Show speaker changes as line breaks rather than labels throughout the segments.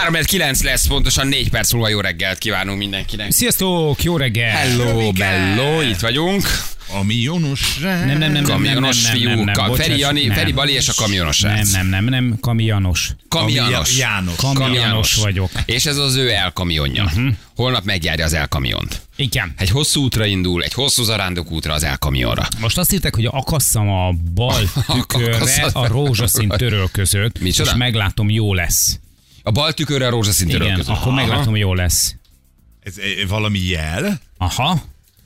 3 9 lesz, pontosan 4 perc múlva jó reggelt kívánunk mindenkinek.
Sziasztok, jó reggel!
Hello, bello, itt vagyunk.
A milyonos rá.
Nem, nem, nem, nem, nem, nem,
Kamionos
nem, nem,
fiú,
nem,
ka-
bocsáss,
Feri, Jani,
nem.
Feri Bali és a kamionos
Nem,
srác.
nem, nem, nem, kamianos.
Kamionos.
János.
Kamionos vagyok.
És ez az ő elkamionja. Uh-huh. Holnap megjárja az elkamiont.
Igen.
Egy hosszú útra indul, egy hosszú zarándok útra az elkamionra.
Most azt írták, hogy akasszam a bal tükörre
Akasszad.
a rózsaszín törölközőt,
Micsoda?
és meglátom, jó lesz.
A bal tükörre a rózsaszín
Igen,
törölköző.
akkor meglátom, jó lesz.
Ez eh, valami jel?
Aha,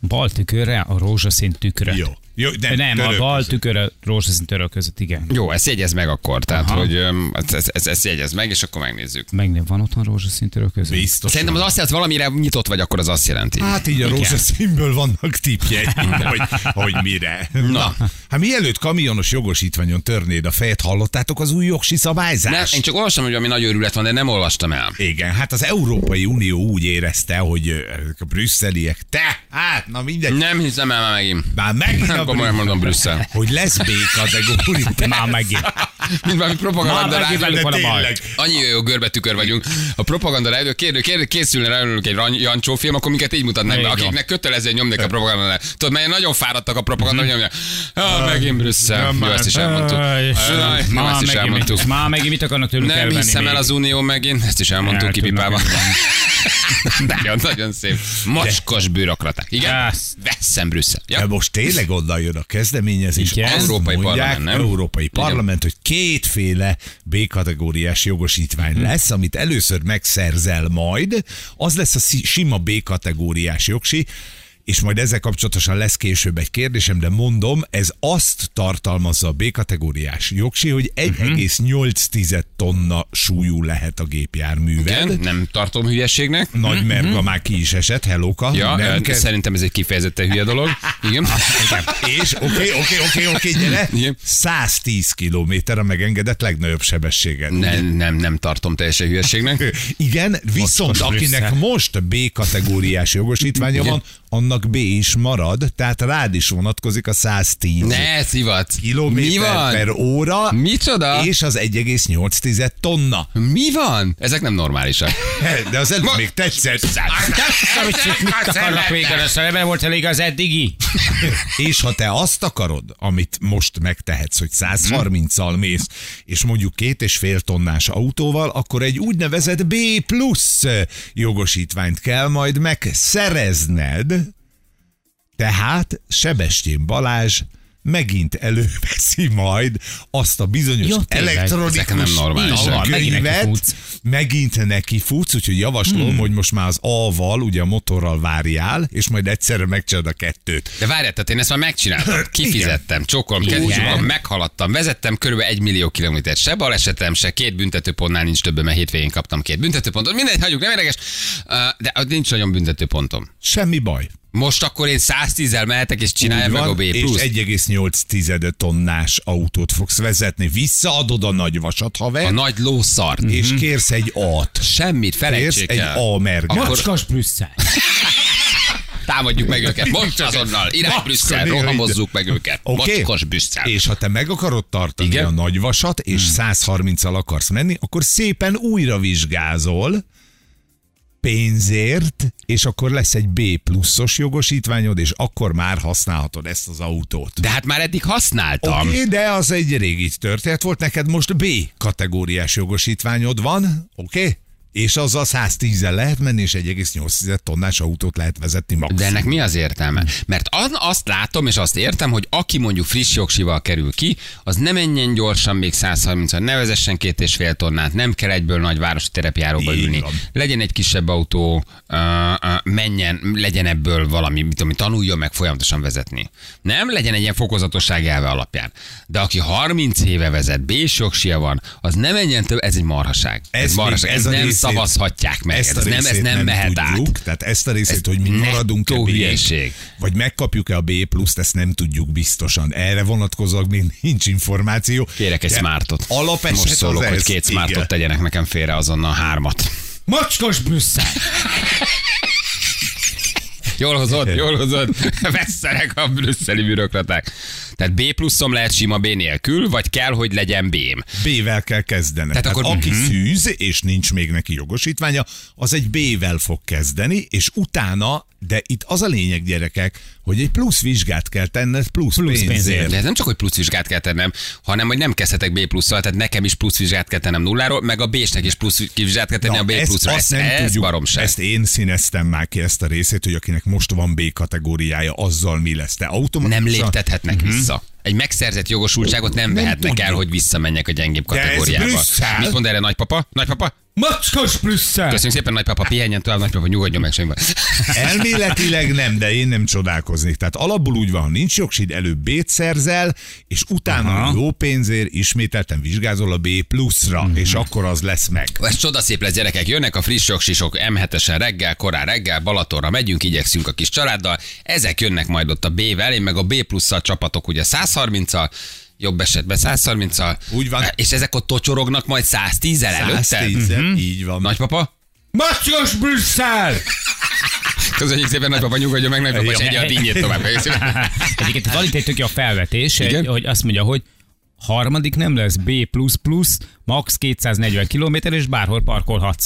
bal tükörre a rózsaszín tükröt.
Jó. Jó, nem,
Nem, a
török
bal
között.
tükör a rózsaszín törölközött, igen.
Jó, ezt jegyez meg akkor, tehát Aha. hogy öm, ezt, ezt, ezt, ezt jegyez meg, és akkor megnézzük.
Meg nem van otthon rózsaszín törölköző?
Biztos.
Szerintem az azt jelenti, hogy valamire nyitott vagy, akkor az azt jelenti.
Hát így a rózsaszínből vannak tippjei, hogy, hogy mire. Na. Hát mielőtt kamionos jogosítványon törnéd a fejet, hallottátok az új jogsi
Nem,
szabályzást?
én csak olvastam, hogy ami nagy őrület van, de nem olvastam el.
Igen, hát az Európai Unió úgy érezte, hogy ö, ezek a brüsszeliek, te, hát, na mindegy,
Nem hiszem el már megint.
már megint a
Nem komolyan
brüsszel,
mondom Brüsszel.
hogy lesz B-kategória.
Már megint.
Mint valami propaganda
Már
rádió.
megint velük van a baj.
tényleg.
Annyi jó görbetükör vagyunk. A propaganda rádió, kérdő, kérdő, készülne rájuk egy Ran- Jancsó film, akkor minket így mutatnak be,
Igen.
akiknek kötelezően nyomják a propaganda rá. Tudod, mert nagyon fáradtak a propaganda,
Mhm.
hogy nyomják. Ah, megint Brüsszel. Jó, ezt is elmondtuk.
Aj,
Aj, Nem,
Már
ezt is
megint,
elmondtuk.
mit, már megint mit akarnak tőlünk
Nem
elvenni
hiszem
még?
el az unió megint, ezt is elmondtuk
El
kipipálva.
tudnak
Nagyon-nagyon szép. Macskos bürokraták. Igen?
Yes.
Veszem Brüsszel. Ja.
Ja. Hát Most tényleg onnan jön a kezdeményezés.
Igen.
Azt
Európai
mondják,
Parlament, nem?
Európai
Igen.
Parlament, hogy kétféle B-kategóriás jogosítvány
Hm.
lesz, amit először megszerzel majd, az lesz a szi- sima B-kategóriás jogsi, és majd ezzel kapcsolatosan lesz később egy kérdésem, de mondom, ez azt tartalmazza a B-kategóriás jogsi, hogy
Mhm.
1,8 tonna súlyú lehet a gépjárműved.
Igen, nem tartom hülyeségnek.
Nagy merga már ki is esett, helóka.
Ja,
nem
eh,
kell-
szerintem ez egy kifejezetten hülye dolog. Igen.
És oké, oké, oké, oké, gyere.
Igen.
110 kilométer a megengedett legnagyobb sebességed.
Nem, nem, nem tartom teljesen hülyeségnek.
Igen, viszont
Mocskos
akinek
Brüsszel.
most B kategóriás jogosítványa van, annak B is marad, tehát rád is vonatkozik a 110
Ne, szivat.
kilométer
Mi van?
per óra,
Micsoda?
és az 1,8 tonna.
Mi van? Ezek nem normálisak.
De az előbb
Ma-
még tetszett.
Mit akarnak végre? Azt nem volt elég az eddigi?
És ha te azt akarod, amit most megtehetsz, hogy 130-al mész, és mondjuk két és fél tonnás autóval, akkor egy úgynevezett B plusz jogosítványt kell majd megszerezned. Tehát Sebestyén Balázs megint előveszi majd azt a bizonyos
Ja, tényleg,
ezek nem
elektronikus
normálisak.
író
Megint neki futsz.
könyvet, megint neki futsz, úgyhogy javaslom, hogy most már az A-val, ugye a motorral várjál, és majd egyszerre megcsinálod a kettőt.
De várjál, tehát én ezt már megcsináltam. Kifizettem, csokolom, kedvem, meghaladtam, vezettem körülbelül egy millió kilométert. Se balesetem, se két büntetőpontnál nincs több, mert hétvégén kaptam két büntetőpontot. Mindegy, hagyjuk, nem érdekes. Ö, De ott nincs nagyon büntetőpontom.
Semmi baj.
Most akkor én 110-el mehetek, és csinálja
Úgy
meg
van,
a B
és
plusz.
1,8 tonnás autót fogsz vezetni. Visszaadod a nagy vasat,
A
haver,
nagy lószart.
és kérsz egy A-t.
Semmit,
Kérsz
felejtsék
Hm. egy
el.
A mergát.
Macskos Brüsszel.
Támadjuk meg őket, most azonnal, irány
Macska,
Brüsszel,
néha
rohamozzuk meg őket.
Oké?
Mocskos Brüsszel.
És ha te meg akarod tartani
Igen? Mhm.
Igen? a nagy vasat, és 130-al akarsz menni, akkor szépen újra vizsgázol pénzért, és akkor lesz egy B pluszos jogosítványod, és akkor már használhatod ezt az autót.
De hát már eddig használtam.
Oké, okay, de az egy régi történet volt, neked most B kategóriás jogosítványod van, oké? Okay? És azzal 110 el lehet menni, és 1,8 tonnás autót lehet vezetni maximum.
De ennek mi az értelme?
Hmm.
Mert az, azt látom és azt értem, hogy aki mondjuk friss jogsival kerül ki, az ne menjen gyorsan még 130 an ne vezessen két és fél tonnát, nem kell egyből nagy városi terepjáróba
Így
ülni.
van.
Legyen egy kisebb autó, ö, ö, menjen, legyen ebből valami, mit tudom, én, tanuljon meg folyamatosan vezetni. Nem? Legyen egy ilyen fokozatosság elve alapján. De aki 30 éve vezet, b jogsia van, az ne menjen több, ez egy marhaság. Ez,
Ez
ez
még-
marhaság, ez,
ez a
ez nem
részét-
szavazhatják meg.
ezt a
ez nem, ez
részét
nem, mehet át.
tudjuk, Tehát ezt a részét,
Ez
hogy mi
nettó
maradunk a
hülyeség.
vagy megkapjuk-e a B pluszt, ezt nem tudjuk biztosan. Erre vonatkozóan még nincs információ.
Kérek egy
De
smartot.
Alapeset
Most szólok,
az
hogy
ez.
két smartot
Igen.
tegyenek nekem félre azonnal hármat.
Macskos Brüsszel.
Jól hozod, jól hozod. Veszterek a brüsszeli bürokraták. Tehát B pluszom lehet sima B nélkül, vagy kell, hogy legyen B-m.
B-vel kell kezdeni. Tehát,
Tehát
akkor
akkor-
aki
Mhm.
szűz, és nincs még neki jogosítványa, az egy B-vel fog kezdeni, és utána, de itt az a lényeg, gyerekek, hogy egy plusz vizsgát kell tenned plusz, plusz pénzért.
De ez nem csak, hogy plusz vizsgát kell tennem, hanem, hogy nem kezdhetek B plusszal, tehát nekem is plusz vizsgát kell tennem nulláról, meg a B-snek is plusz vizsgát kell tenni a B
ezt-
pluszra.
azt
Ez,
nem
ez
tudjuk.
baromság.
Ezt én színeztem már ki ezt a részét, hogy akinek most van B kategóriája, azzal mi lesz. Te
nem
automatikusan...
léptethetnek vissza. Egy megszerzett jogosultságot nem,
Szóval- Mhm. Nem
vehetnek
tudjuk.
el, hogy visszamenjek a gyengébb
ez
kategóriába.
Brüsszel.
Mit mond erre nagypapa? Nagypapa?
Macskos Brüsszel!
Köszönjük szépen, nagypapa, pihenjen tovább, nagypapa, nyugodjon meg semmi.
Elméletileg nem, de én nem csodálkoznék. Tehát alapból úgy van, ha nincs jogsid, előbb B-t szerzel, és utána Aha. jó pénzért ismételten vizsgázol a B pluszra, mm-hmm. és akkor az lesz meg.
Ez csodaszép lesz, gyerekek. Jönnek a friss jogsisok M7-esen reggel, korán reggel, Balatonra megyünk, igyekszünk a kis családdal. Ezek jönnek majd ott a B-vel, én meg a B plusszal csapatok ugye 130-al, jobb esetben 130-al.
Úgy van.
És ezek ott tocsorognak majd 110-el előtte.
110 így van.
Nagypapa?
Macskos Brüsszel!
Köszönjük szépen, nagypapa, nyugodjon meg, nagypapa, és
Igen.
egye a dinnyét tovább. Köszönjük szépen.
Egyébként van itt egy tök jó felvetés,
Igen?
egy, hogy azt mondja, hogy harmadik nem lesz B++, max 240 km, és bárhol parkolhatsz.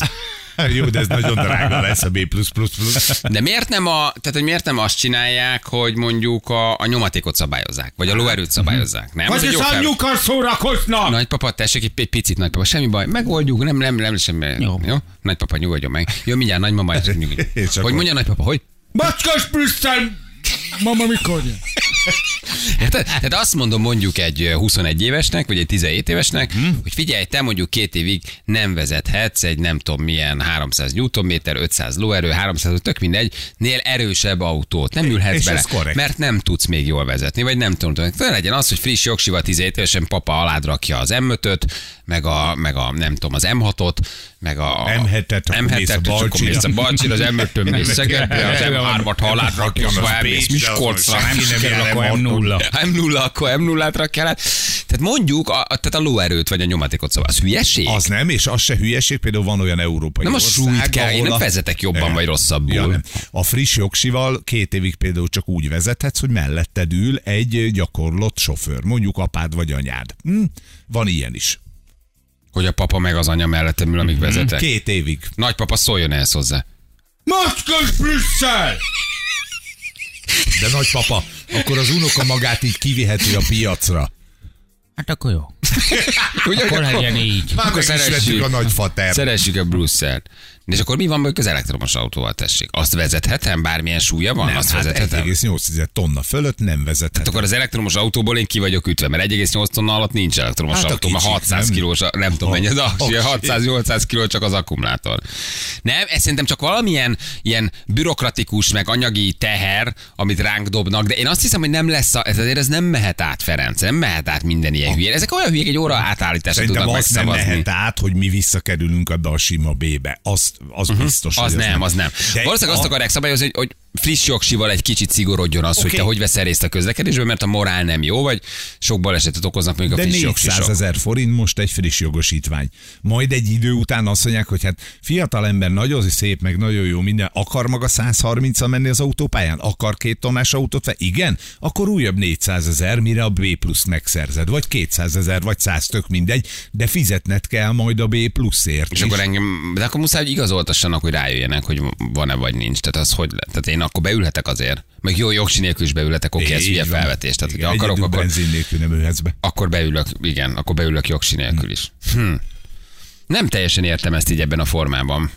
Jó, de ez nagyon drága lesz a B plusz plusz plusz.
De miért nem, a, tehát, hogy miért nem azt csinálják, hogy mondjuk a, a nyomatékot szabályozzák, vagy a lóerőt
Mhm.
szabályozzák? Nem? Ez egy jó fel-
szórakoznak!
Nagypapa, tessék, egy egy picit nagypapa, semmi baj, megoldjuk, nem, nem, nem, semmi. Jó.
Jó.
jó? Nagypapa, nyugodjon meg. Jön mindjárt nagymama, és nyugodjon.
És akkor-
Hogy mondja nagypapa, hogy?
Macskos Brüsszel! Mama, mikor jön?
Érted? Tehát azt mondom mondjuk egy ö, 21 évesnek, vagy egy 17 évesnek,
Mhm.
hogy figyelj, te mondjuk két évig nem vezethetsz egy nem tudom milyen 300 Nm, 500 lóerő, 300, tök mindegy, nél erősebb autót. Nem ülhetsz
és
bele,
ez korrekt.
mert nem tudsz még jól vezetni, vagy nem tudom. Ne legyen az, hogy friss jogsiva 17 évesen papa alád rakja az M5-öt, meg a, meg a nem tudom, az M6-ot, meg a
M7-et, akkor mész a
M7-et, akkor
Balcsira.
mész a Balcsira, az M5-ön mész Szegedre, az M3-at ha alád rakja,
Az
akkor elmész
Pécsre,
Miskolcra,
az
nem
senki nem
sikerül,
jár
akkor
el
M0
Nulla.
ha M0, akkor M0-át rakjál át. Tehát mondjuk a, a, tehát a lóerőt vagy a nyomatékot szóval. Az hülyeség? Az
Az nem, és az se hülyeség, például van olyan európai
nem a
ország,
súlyt kell, én
ahol
nem
a-
vezetek jobban
Igen.
vagy rosszabbul.
Ja, nem. a friss jogsival két évig például csak úgy vezethetsz, hogy melletted ül egy gyakorlott sofőr, mondjuk apád vagy anyád. Hm? Van ilyen is.
Hogy a papa meg az anya mellettem ül, amíg
Mhm.
vezetek.
Két évig.
Nagypapa szóljon ehhez hozzá.
Macskos Brüsszel!
De nagypapa, akkor az unoka magát így kiviheti a piacra.
Hát akkor jó.
Ugye,
Akkor legyen így.
Akkor
Akkor
szeressük.
a nagyfatert.
Szeressük a Brüsszelt. És akkor mi van mondjuk az elektromos autóval, tessék? Azt vezethetem? Bármilyen súlya van? azt
hát
vezethetem?
1,8 tonna fölött nem vezethet.
Hát akkor az elektromos autóból én ki vagyok ütve, mert 1,8 tonna alatt nincs elektromos
Hát
hát
a
autó, mert
kicsit,
600
nem?
kilós, a- nem tudom mennyi az
a kicsit.
600-800 kiló csak az akkumulátor. Nem, ez szerintem csak valamilyen ilyen bürokratikus, meg anyagi teher, amit ránk dobnak, de én azt hiszem, hogy nem lesz, a, ez azért ez nem mehet át, Ferenc, nem mehet át minden ilyen hülye. Ezek olyan hülyék, egy óra átállításra
Szerintem
tudnak
az nem
megszavazni.
lehet át, hogy mi visszakerülünk ebbe a sima B-be. Azt, az uh-huh. biztos,
Mhm. Az
hogy
nem, az nem.
De
Valószínűleg azt
a-
akarják szabályozni, hogy, hogy friss jogsival egy kicsit szigorodjon az, okay. hogy
Oké.
te hogy veszel részt a közlekedésben, mert a morál nem jó, vagy sok balesetet okoznak mondjuk a
De
friss
400
jogsisok.
ezer forint most egy friss jogosítvány. Majd egy idő után azt mondják, hogy hát fiatal ember nagyon szép, meg nagyon jó minden, akar maga 130 menni az autópályán? Akar két tonnás autót? Fel? Igen? Akkor újabb 400 ezer, mire a B plusz megszerzed. Vagy 200 ezer, vagy 100, tök mindegy, de fizetned kell majd a B pluszért.
És
is.
akkor engem, de akkor muszáj, hogy igazoltassanak, hogy rájöjjenek, hogy van-e vagy nincs. Tehát az hogy le? Tehát én akkor beülhetek azért. Meg jó jogsi nélkül is beülhetek, oké, ez
Így
hülye
van.
felvetés. Tehát,
Igen,
hogy akarok,
egyedül
akkor,
benzin nélkül nem ülhetsz be.
akkor beülök, igen, akkor beülök jogsi nélkül is. Hm. Nem teljesen értem ezt így ebben a formában.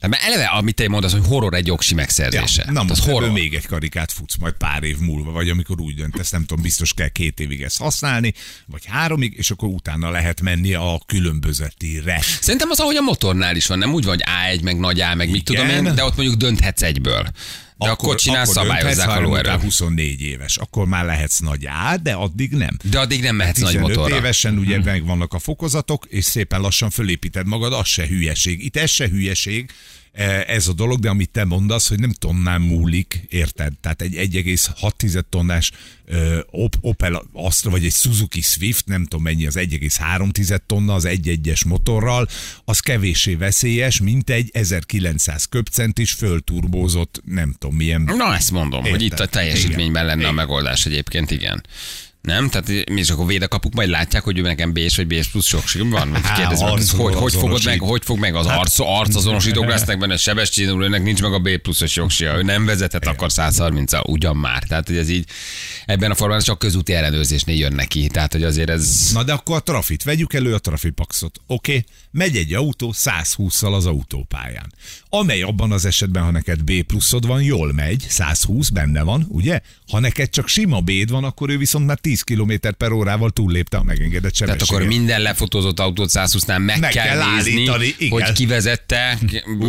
Hát Mert eleve, amit te mondasz, hogy horror egy jogsi megszerzése.
na
Hát az
most ebből
horror.
még egy karikát futsz majd pár év múlva, vagy amikor úgy döntesz, nem tudom, biztos kell két évig ezt használni, vagy háromig, és akkor utána lehet menni a különbözetire.
Szerintem az, ahogy a motornál is van, nem úgy van, hogy A1, meg nagy A, meg mit
Igen.
tudom én, de ott mondjuk dönthetsz egyből. De akkor, akkor csinál,
akkor
szabályozzák
dönthetsz,
a
ha
lóerőt.
miután 24 éves, akkor már lehetsz nagy á, de addig nem.
De addig nem mehetsz nagy
15
motorra. Hmm.
évesen ugye megvannak a fokozatok, és szépen lassan fölépíted magad, az se hülyeség. Itt ez se hülyeség, ez a dolog, de amit te mondasz, hogy nem tonnán múlik, érted? Tehát egy 1,6 tonnás ö, Op- Opel Astra, vagy egy Suzuki Swift, nem tudom mennyi, az 1,3 tonna, az 1.1-es motorral, az kevéssé veszélyes, mint egy 1900 köpcent is fölturbózott, nem tudom milyen
Na ezt mondom, Értem. hogy itt a
Értem.
teljesítményben
Igen.
lenne a
Igen.
megoldás egyébként, igen. Nem? Tehát mi is akkor védekapuk majd látják, hogy ő nekem B-s vagy B-s plusz sokség van? Vagy
Á,
Kérdezem, hogy,
arcról
hogy, hogy, fogod meg,
azonosít. Hát-
hogy fog meg az arc, arcazonosítók lesznek benne, Sebestyén úr, őnek nincs meg a B pluszos jogsia, ő nem vezetett akkor 130 al ugyan már. Tehát, hogy ez így ebben a formában csak közúti ellenőrzésnél jön neki. Tehát, hogy azért ez...
Na de akkor a trafit, vegyük elő a trafipaxot. Oké, okay. megy egy autó 120-szal az autópályán, amely abban az esetben, ha neked B pluszod van, jól megy, 120 benne van, ugye? Ha neked csak sima b van, akkor ő viszont már 10 km per órával túllépte a megengedett
Tehát
sebességet.
akkor minden lefotózott autót 120-nál meg,
Meg
kell,
kell állítani,
nézni,
igen.
hogy kivezette,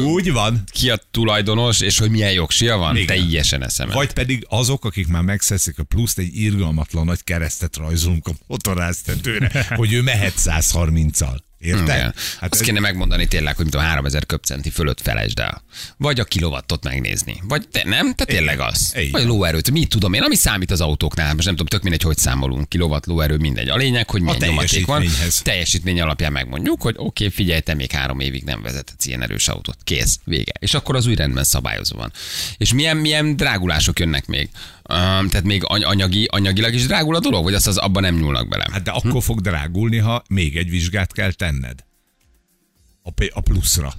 Úgy van.
ki a tulajdonos, és hogy milyen jogsia van.
Igen.
Teljesen eszembe.
Vagy pedig azok, akik már megszeszik a pluszt, egy irgalmatlan nagy keresztet rajzolunk a motoráztetőre, hogy ő mehet 130-al. Érted?
Igen. Hát Azt
ez-
kéne megmondani tényleg, hogy mint a 3000 köbcenti fölött felejtsd el. Vagy a kilovattot megnézni. Vagy te nem? Te tényleg az.
Igen.
Vagy a lóerőt. Mit tudom én, ami számít az autóknál. Most nem tudom, tök mindegy, hogy számolunk. Kilovatt, lóerő, mindegy. A lényeg, hogy milyen nyomaték van.
teljesítményhez.
Teljesítmény alapján megmondjuk, hogy oké, okay, figyelj, te még három évig nem vezetett ilyen erős autót. Kész, vége. És akkor az új rendben szabályozó van. És milyen, milyen drágulások jönnek még? Um, tehát még any- anyagi, anyagilag is drágul a dolog, vagy azt az abban nem nyúlnak bele?
Hát de akkor fog drágulni, ha még egy vizsgát kell tenned. A, p- a pluszra.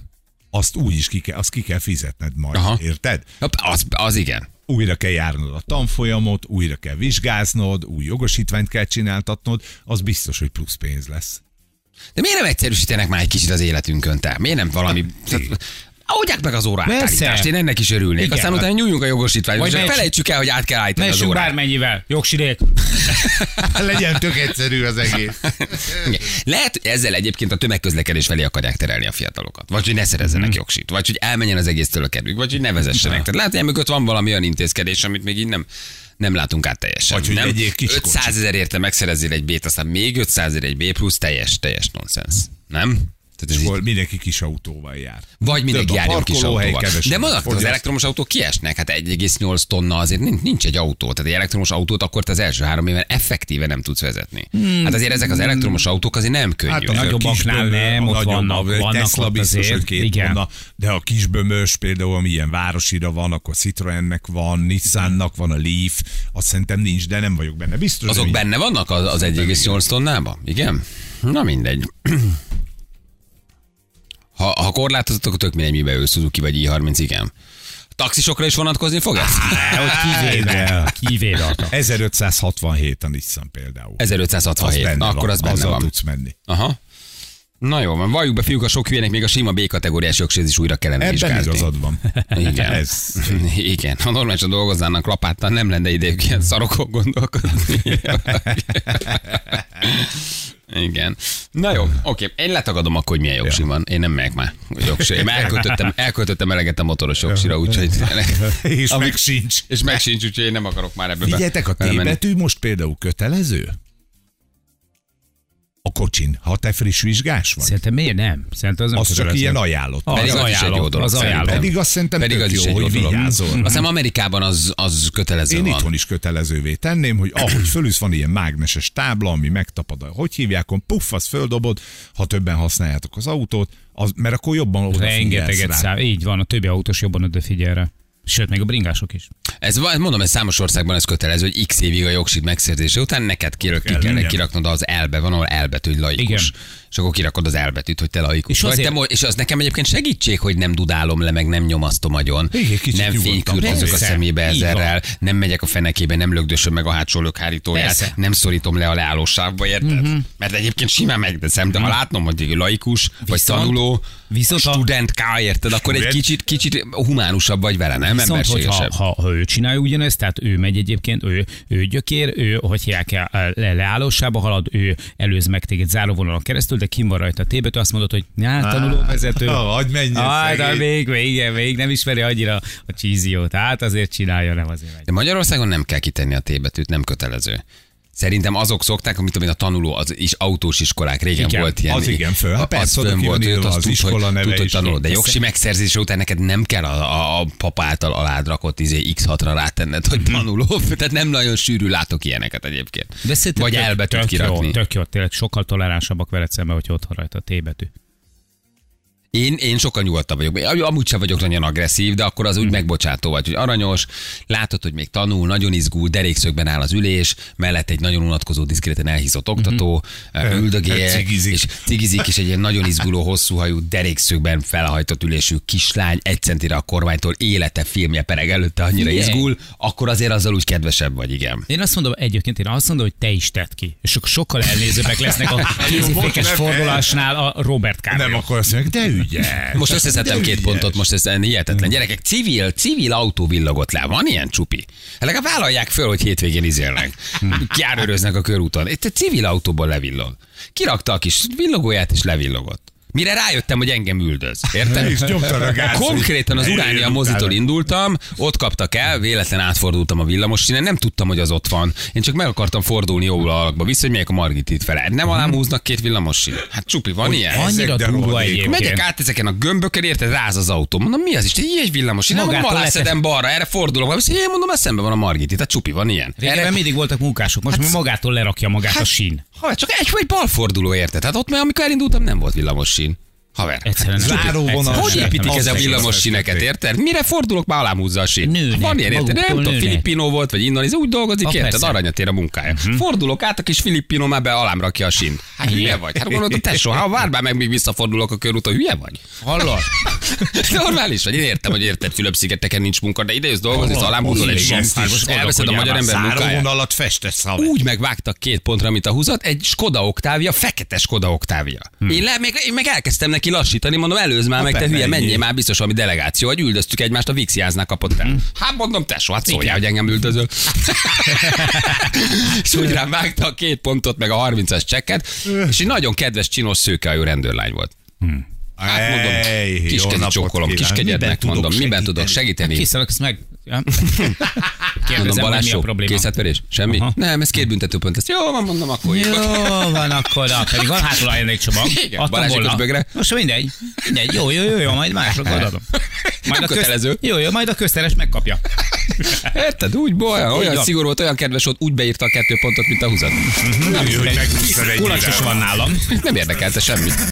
Azt úgy is ki kell, azt ki kell fizetned majd,
Aha.
Aha. érted?
Hopp, Az, az igen.
Újra kell járnod a tanfolyamot, újra kell vizsgáznod, új jogosítványt kell csináltatnod, az biztos, hogy plusz pénz lesz.
De miért nem egyszerűsítenek már egy kicsit az életünkön, te? Miért nem valami... Adják meg az órát állítást,
Persze.
én ennek is örülnék.
Igen.
Aztán utána nyúljunk a jogosítványhoz,
Vagy
és
meccs-
felejtsük el, hogy át kell állítani az
Messünk
órát.
bármennyivel. Jogsirék.
Legyen tök egyszerű az egész.
Igen. Lehet, hogy ezzel egyébként a tömegközlekedés felé akarják terelni a fiatalokat. Vagy hogy ne szerezzenek mm. jogsít, vagy hogy elmenjen az egész a kedvük, vagy hogy ne vezessenek. Tehát lehet, hogy emögött van valami olyan intézkedés, amit még így nem nem látunk át teljesen.
Vagy hogy
nem?
vegyél kis
500 ezer érte megszerezzél egy B-t, aztán még 500 ezer egy B plusz, teljes, teljes nonsens. Nem? Tehát ez így
Hol mindenki kis autóval jár.
Vagy mindenki
Több a
járjon kis
parkolóhely,
autóval.
kevesebb
De mondod, az
fogyaszt-
elektromos autók kiesnek, hát 1,8 tonna azért nincs, nincs egy autó. Tehát egy elektromos autót akkor te az első három évben effektíve nem tudsz vezetni. Hát azért ezek az elektromos autók azért nem könnyű.
Hát a
Hát,
nagyobbaknál
kisbömör,
nem,
a
ott
nagyobb,
vannak-
a
vannak
Tesla
ott
biztos,
azért,
hogy két
igen.
tonna, de a kisbömös például, amilyen városira van, akkor Citroennek van, Nissannak van a Leaf, azt szerintem nincs, de nem vagyok benne biztos.
Azok
hogy-
benne vannak az, az 1,8 tonnában? Igen? Na mindegy. Ha, ha korlátozott, akkor tök mindegy, mibe ő Suzuki vagy i30, igen. Taxisokra is vonatkozni fog ez?
Hát,
Hogy kivéve. Kivéve. a-
1567 a Nissan például.
1567. Na, akkor az benne
Azzal
van.
tudsz menni.
Aha. Na jó, van, valljuk be, fiúk, a sok hülyének még a sima B-kategóriás jogsértés is újra kellene
Ebben
vizsgálni.
igazad van.
Igen.
Ez.
Igen, ha normálisan dolgoznának lapáttal, nem lenne idejük ilyen szarokon gondolkodni. Igen. Na jó, oké. Én letagadom akkor, hogy milyen jogsi van. Én nem megyek már jogsi. Én már elköltöttem, elköltöttem eleget a motoros jogsira, úgyhogy...
És
Amíg-
meg sincs.
És meg sincs, úgyhogy én nem akarok már ebbe be-
Figyeljetek, a T
belemenni.
betű most például kötelező? A kocsin, ha te friss vizsgás van,
Szerintem miért nem? Szerintem az nem
az csak
kötelező.
ilyen ajánlott.
Az
Pedig az, is egy jó
ajánlott,
dolog.
az
szerintem.
ajánlott.
Pedig azt szerintem
Pedig
tök
az is
jó,
egy jó
hogy
dolog.
vigyázol.
Azt hiszem Amerikában az, az kötelező
Én
van.
itthon is kötelezővé tenném, hogy ahogy fölülsz, van ilyen mágneses tábla, ami megtapad, a- hogy hívják, akkor puff, azt földobod, ha többen használjátok az autót, az, mert akkor jobban odafigyelsz
Rengeteget
rá.
szám. Így van, a többi autós jobban odafigyel rá. Sőt, még a bringások is.
Ez van, mondom, ez számos országban ez kötelező, hogy x évig a jogsít megszerzése után neked kell, ki
Kell,
kell
igen.
kiraknod az elbe, van ahol elbetű, hogy laikus. Igen.
Igen.
És akkor kirakod az elbetűt, hogy te laikus
És
vagy.
azért-
Te mo- és az nekem egyébként segítség, hogy nem dudálom le, meg nem nyomasztom agyon,
Igen, kicsit
nem
nyugodtan.
fénykürtözök a
Persze.
szemébe
Így van.
ezerrel, nem megyek a fenekébe, nem lögdösöm meg a hátsó lökhárítóját,
Persze. Mhm.
nem szorítom le a leálló sávba, érted? Mm-hmm. Mert egyébként simán megteszem, de ha látom, hogy laikus, vagy
Viszont-
tanuló,
viszont a-
student K, érted, akkor egy
Student.
kicsit, kicsit humánusabb vagy vele, nem?
Viszont,
Emberségesebb.
hogyha, ha, ha, ő csinálja ugyanezt, tehát ő megy egyébként, ő, ő gyökér, ő, hogy hívják le, leállósába halad, ő előz meg téged záróvonalon keresztül, de kim van rajta a tébető, azt mondod, hogy hát tanulóvezető.
Ah, hagyd menjen,
Hát,
szegény.
még, még, igen, még nem ismeri annyira a csíziót. Hát azért csinálja, nem azért megy.
De Magyarországon nem kell kitenni a tébetűt, nem kötelező. Szerintem azok szokták, amit tudom én, a tanuló, az is autós iskolák régen
Igen,
volt ilyen.
az igen, föl.
a-
Hát persze,
az
oda
fönn
ki van
volt,
írva
az,
az
az tud,
iskola
hogy,
neve
tud, hogy
is.
tanulod. De
Persze.
jogsi megszerzés után neked nem kell a, a, a pap által alád rakott izé X6-ra rátenned,
Mhm.
hogy tanuló. Tehát nem nagyon sűrű látok ilyeneket egyébként.
De szerintem
Vagy
tök-
elbetűt
tök
kirakni.
Jó, tök jó, tényleg sokkal toleránsabbak veled szemben, hogy ott van rajta a T betű.
Én, én sokkal nyugodtabb vagyok. Am- Amúgy sem vagyok nagyon agresszív, de akkor az úgy megbocsátó vagy, hogy aranyos, látod, hogy még tanul, nagyon izgul, derékszögben áll az ülés, mellett egy nagyon unatkozó, diszkréten elhízott oktató, mm-hmm. üldögél,
Cigizik.
és cigizik, és egy ilyen nagyon izguló, hosszú hajú, derékszögben felhajtott ülésű kislány egy centire a kormánytól élete filmje pereg előtte annyira
Figyelj!
izgul, akkor azért azzal úgy kedvesebb vagy, igen.
Én azt mondom, egyébként én azt mondom, hogy te is tedd ki. És akkor sokkal elnézőbbek lesznek a
most nem-
kézifékes fordulásnál a Robert Kárpály.
Nem akkor azt mondják, de ügyes.
Most összeszedtem két pontot, most ez
Hmm.
hihetetlen. Gyerekek, civil, civil autó villogott le. Van ilyen csupi? Hát Legalább vállalják föl, hogy hétvégén izélnek.
Hmm.
Járőröznek a körúton. Itt egy civil autóból levillog. Kirakta a kis villogóját és levillogott. Mire rájöttem, hogy engem üldöz. Érted?
És nyomtad a gázt.
Konkrétan az
Jöjjön
Uránia
utána.
mozitól indultam, ott kaptak el, véletlen átfordultam a villamos, én nem tudtam, hogy az ott van. Én csak meg akartam fordulni jobbra alakba, vissza, hogy melyik a Margit itt fele. Nem alám
Hmm.
húznak két villamos sín. Hát csupi, van ilyen.
Annyira
de
durva
rohadékok.
egyébként.
Megyek át ezeken a gömböken, érted, ráz az autó. Mondom, mi az is? Így egy villamos. Én nem
Magától
balá
letes-
szedem balra, erre fordulok. Valami, én mondom, eszembe van a Margit, itt a csupi van ilyen.
Régebben
Erre,
mindig voltak munkások, most hát, magától lerakja magát hát, a sín.
haver, csak egy vagy bal forduló, érted? Hát ott már, amikor elindultam, nem volt villamos sín. Haver.
Egyszerűen.
Hát,
Záróvonal.
hogy építik
Az
ez a
egész
villamos síneket,
összetették.
érted? Mire fordulok, már alám húzza a sín.
Nőnek,
Van ilyen, érted? Nem
maguktól
tudom,
nőnek.
Filippino volt, vagy innan, ez úgy dolgozik,
Ha,
érted?
persze. Mhm.
Aranyat ér a munkája. Fordulok át, a kis Filippino már be alám rakja a sín. Hát hülye vagy. Hát gondolod, te soha, ha vár már meg, míg visszafordulok a körúton, hülye vagy.
Hallod?
Normális vagy, én értem, hogy érted, Fülöp-szigeteken nincs munka, de ide jössz dolgozni,
Hol?
alámúzol egy
Igen,
sín,
most gondolkodjál
elveszed a magyar
már.
ember munkáját.
Záróvonalat festesz, haver.
Úgy megvágtak két pontra, mint a húzat, egy Skoda Octavia, fekete Skoda Octavia. Hmm. Én, le, még, én meg elkezdtem neki lassítani, mondom, előz már meg, te
persze,
hülye,
ennyi.
menjél már biztos valami delegáció, hogy üldöztük egymást, a Vixiáznál kapott el. Hát mondom, te soha, hát szóljál, hogy engem üldözöl. és úgy rám vágta a két pontot, meg a 30-as csekket, és egy nagyon kedves, csinos, szőkehajú rendőrlány volt. Hát mondom,
Ej, jó
kiskezi
napot
csókolom,
kívánok. Miben
kiskegyednek
tudok Hát
mondom, miben tudok segíteni.
Kiszalak, ezt meg... Ja?
Mondom,
Kérdezem, hogy mi a
Balázs,
probléma.
készátverés? Semmi?
Aha.
Nem, ez két büntetőpont. Ezt jó, van, mondom, akkor
Jó
jó.
van, akkor na, pedig van hátul ajándékcsomag.
Igen,
Adtam
Balázsik
volna.
özbögre.
Most mindegy, mindegy, jó, jó, jó, jó majd mások adom.
Nem kötelező.
Jó, jó, majd a közteres megkapja.
Érted? Úgy olyan, olyan
van.
szigorú volt, olyan kedves volt, úgy beírta a kettő pontot, mint a húzat.
Úgy, hogy megúszod egy
Kulacs is
órával.
van nálam.
Nem érdekelte semmit.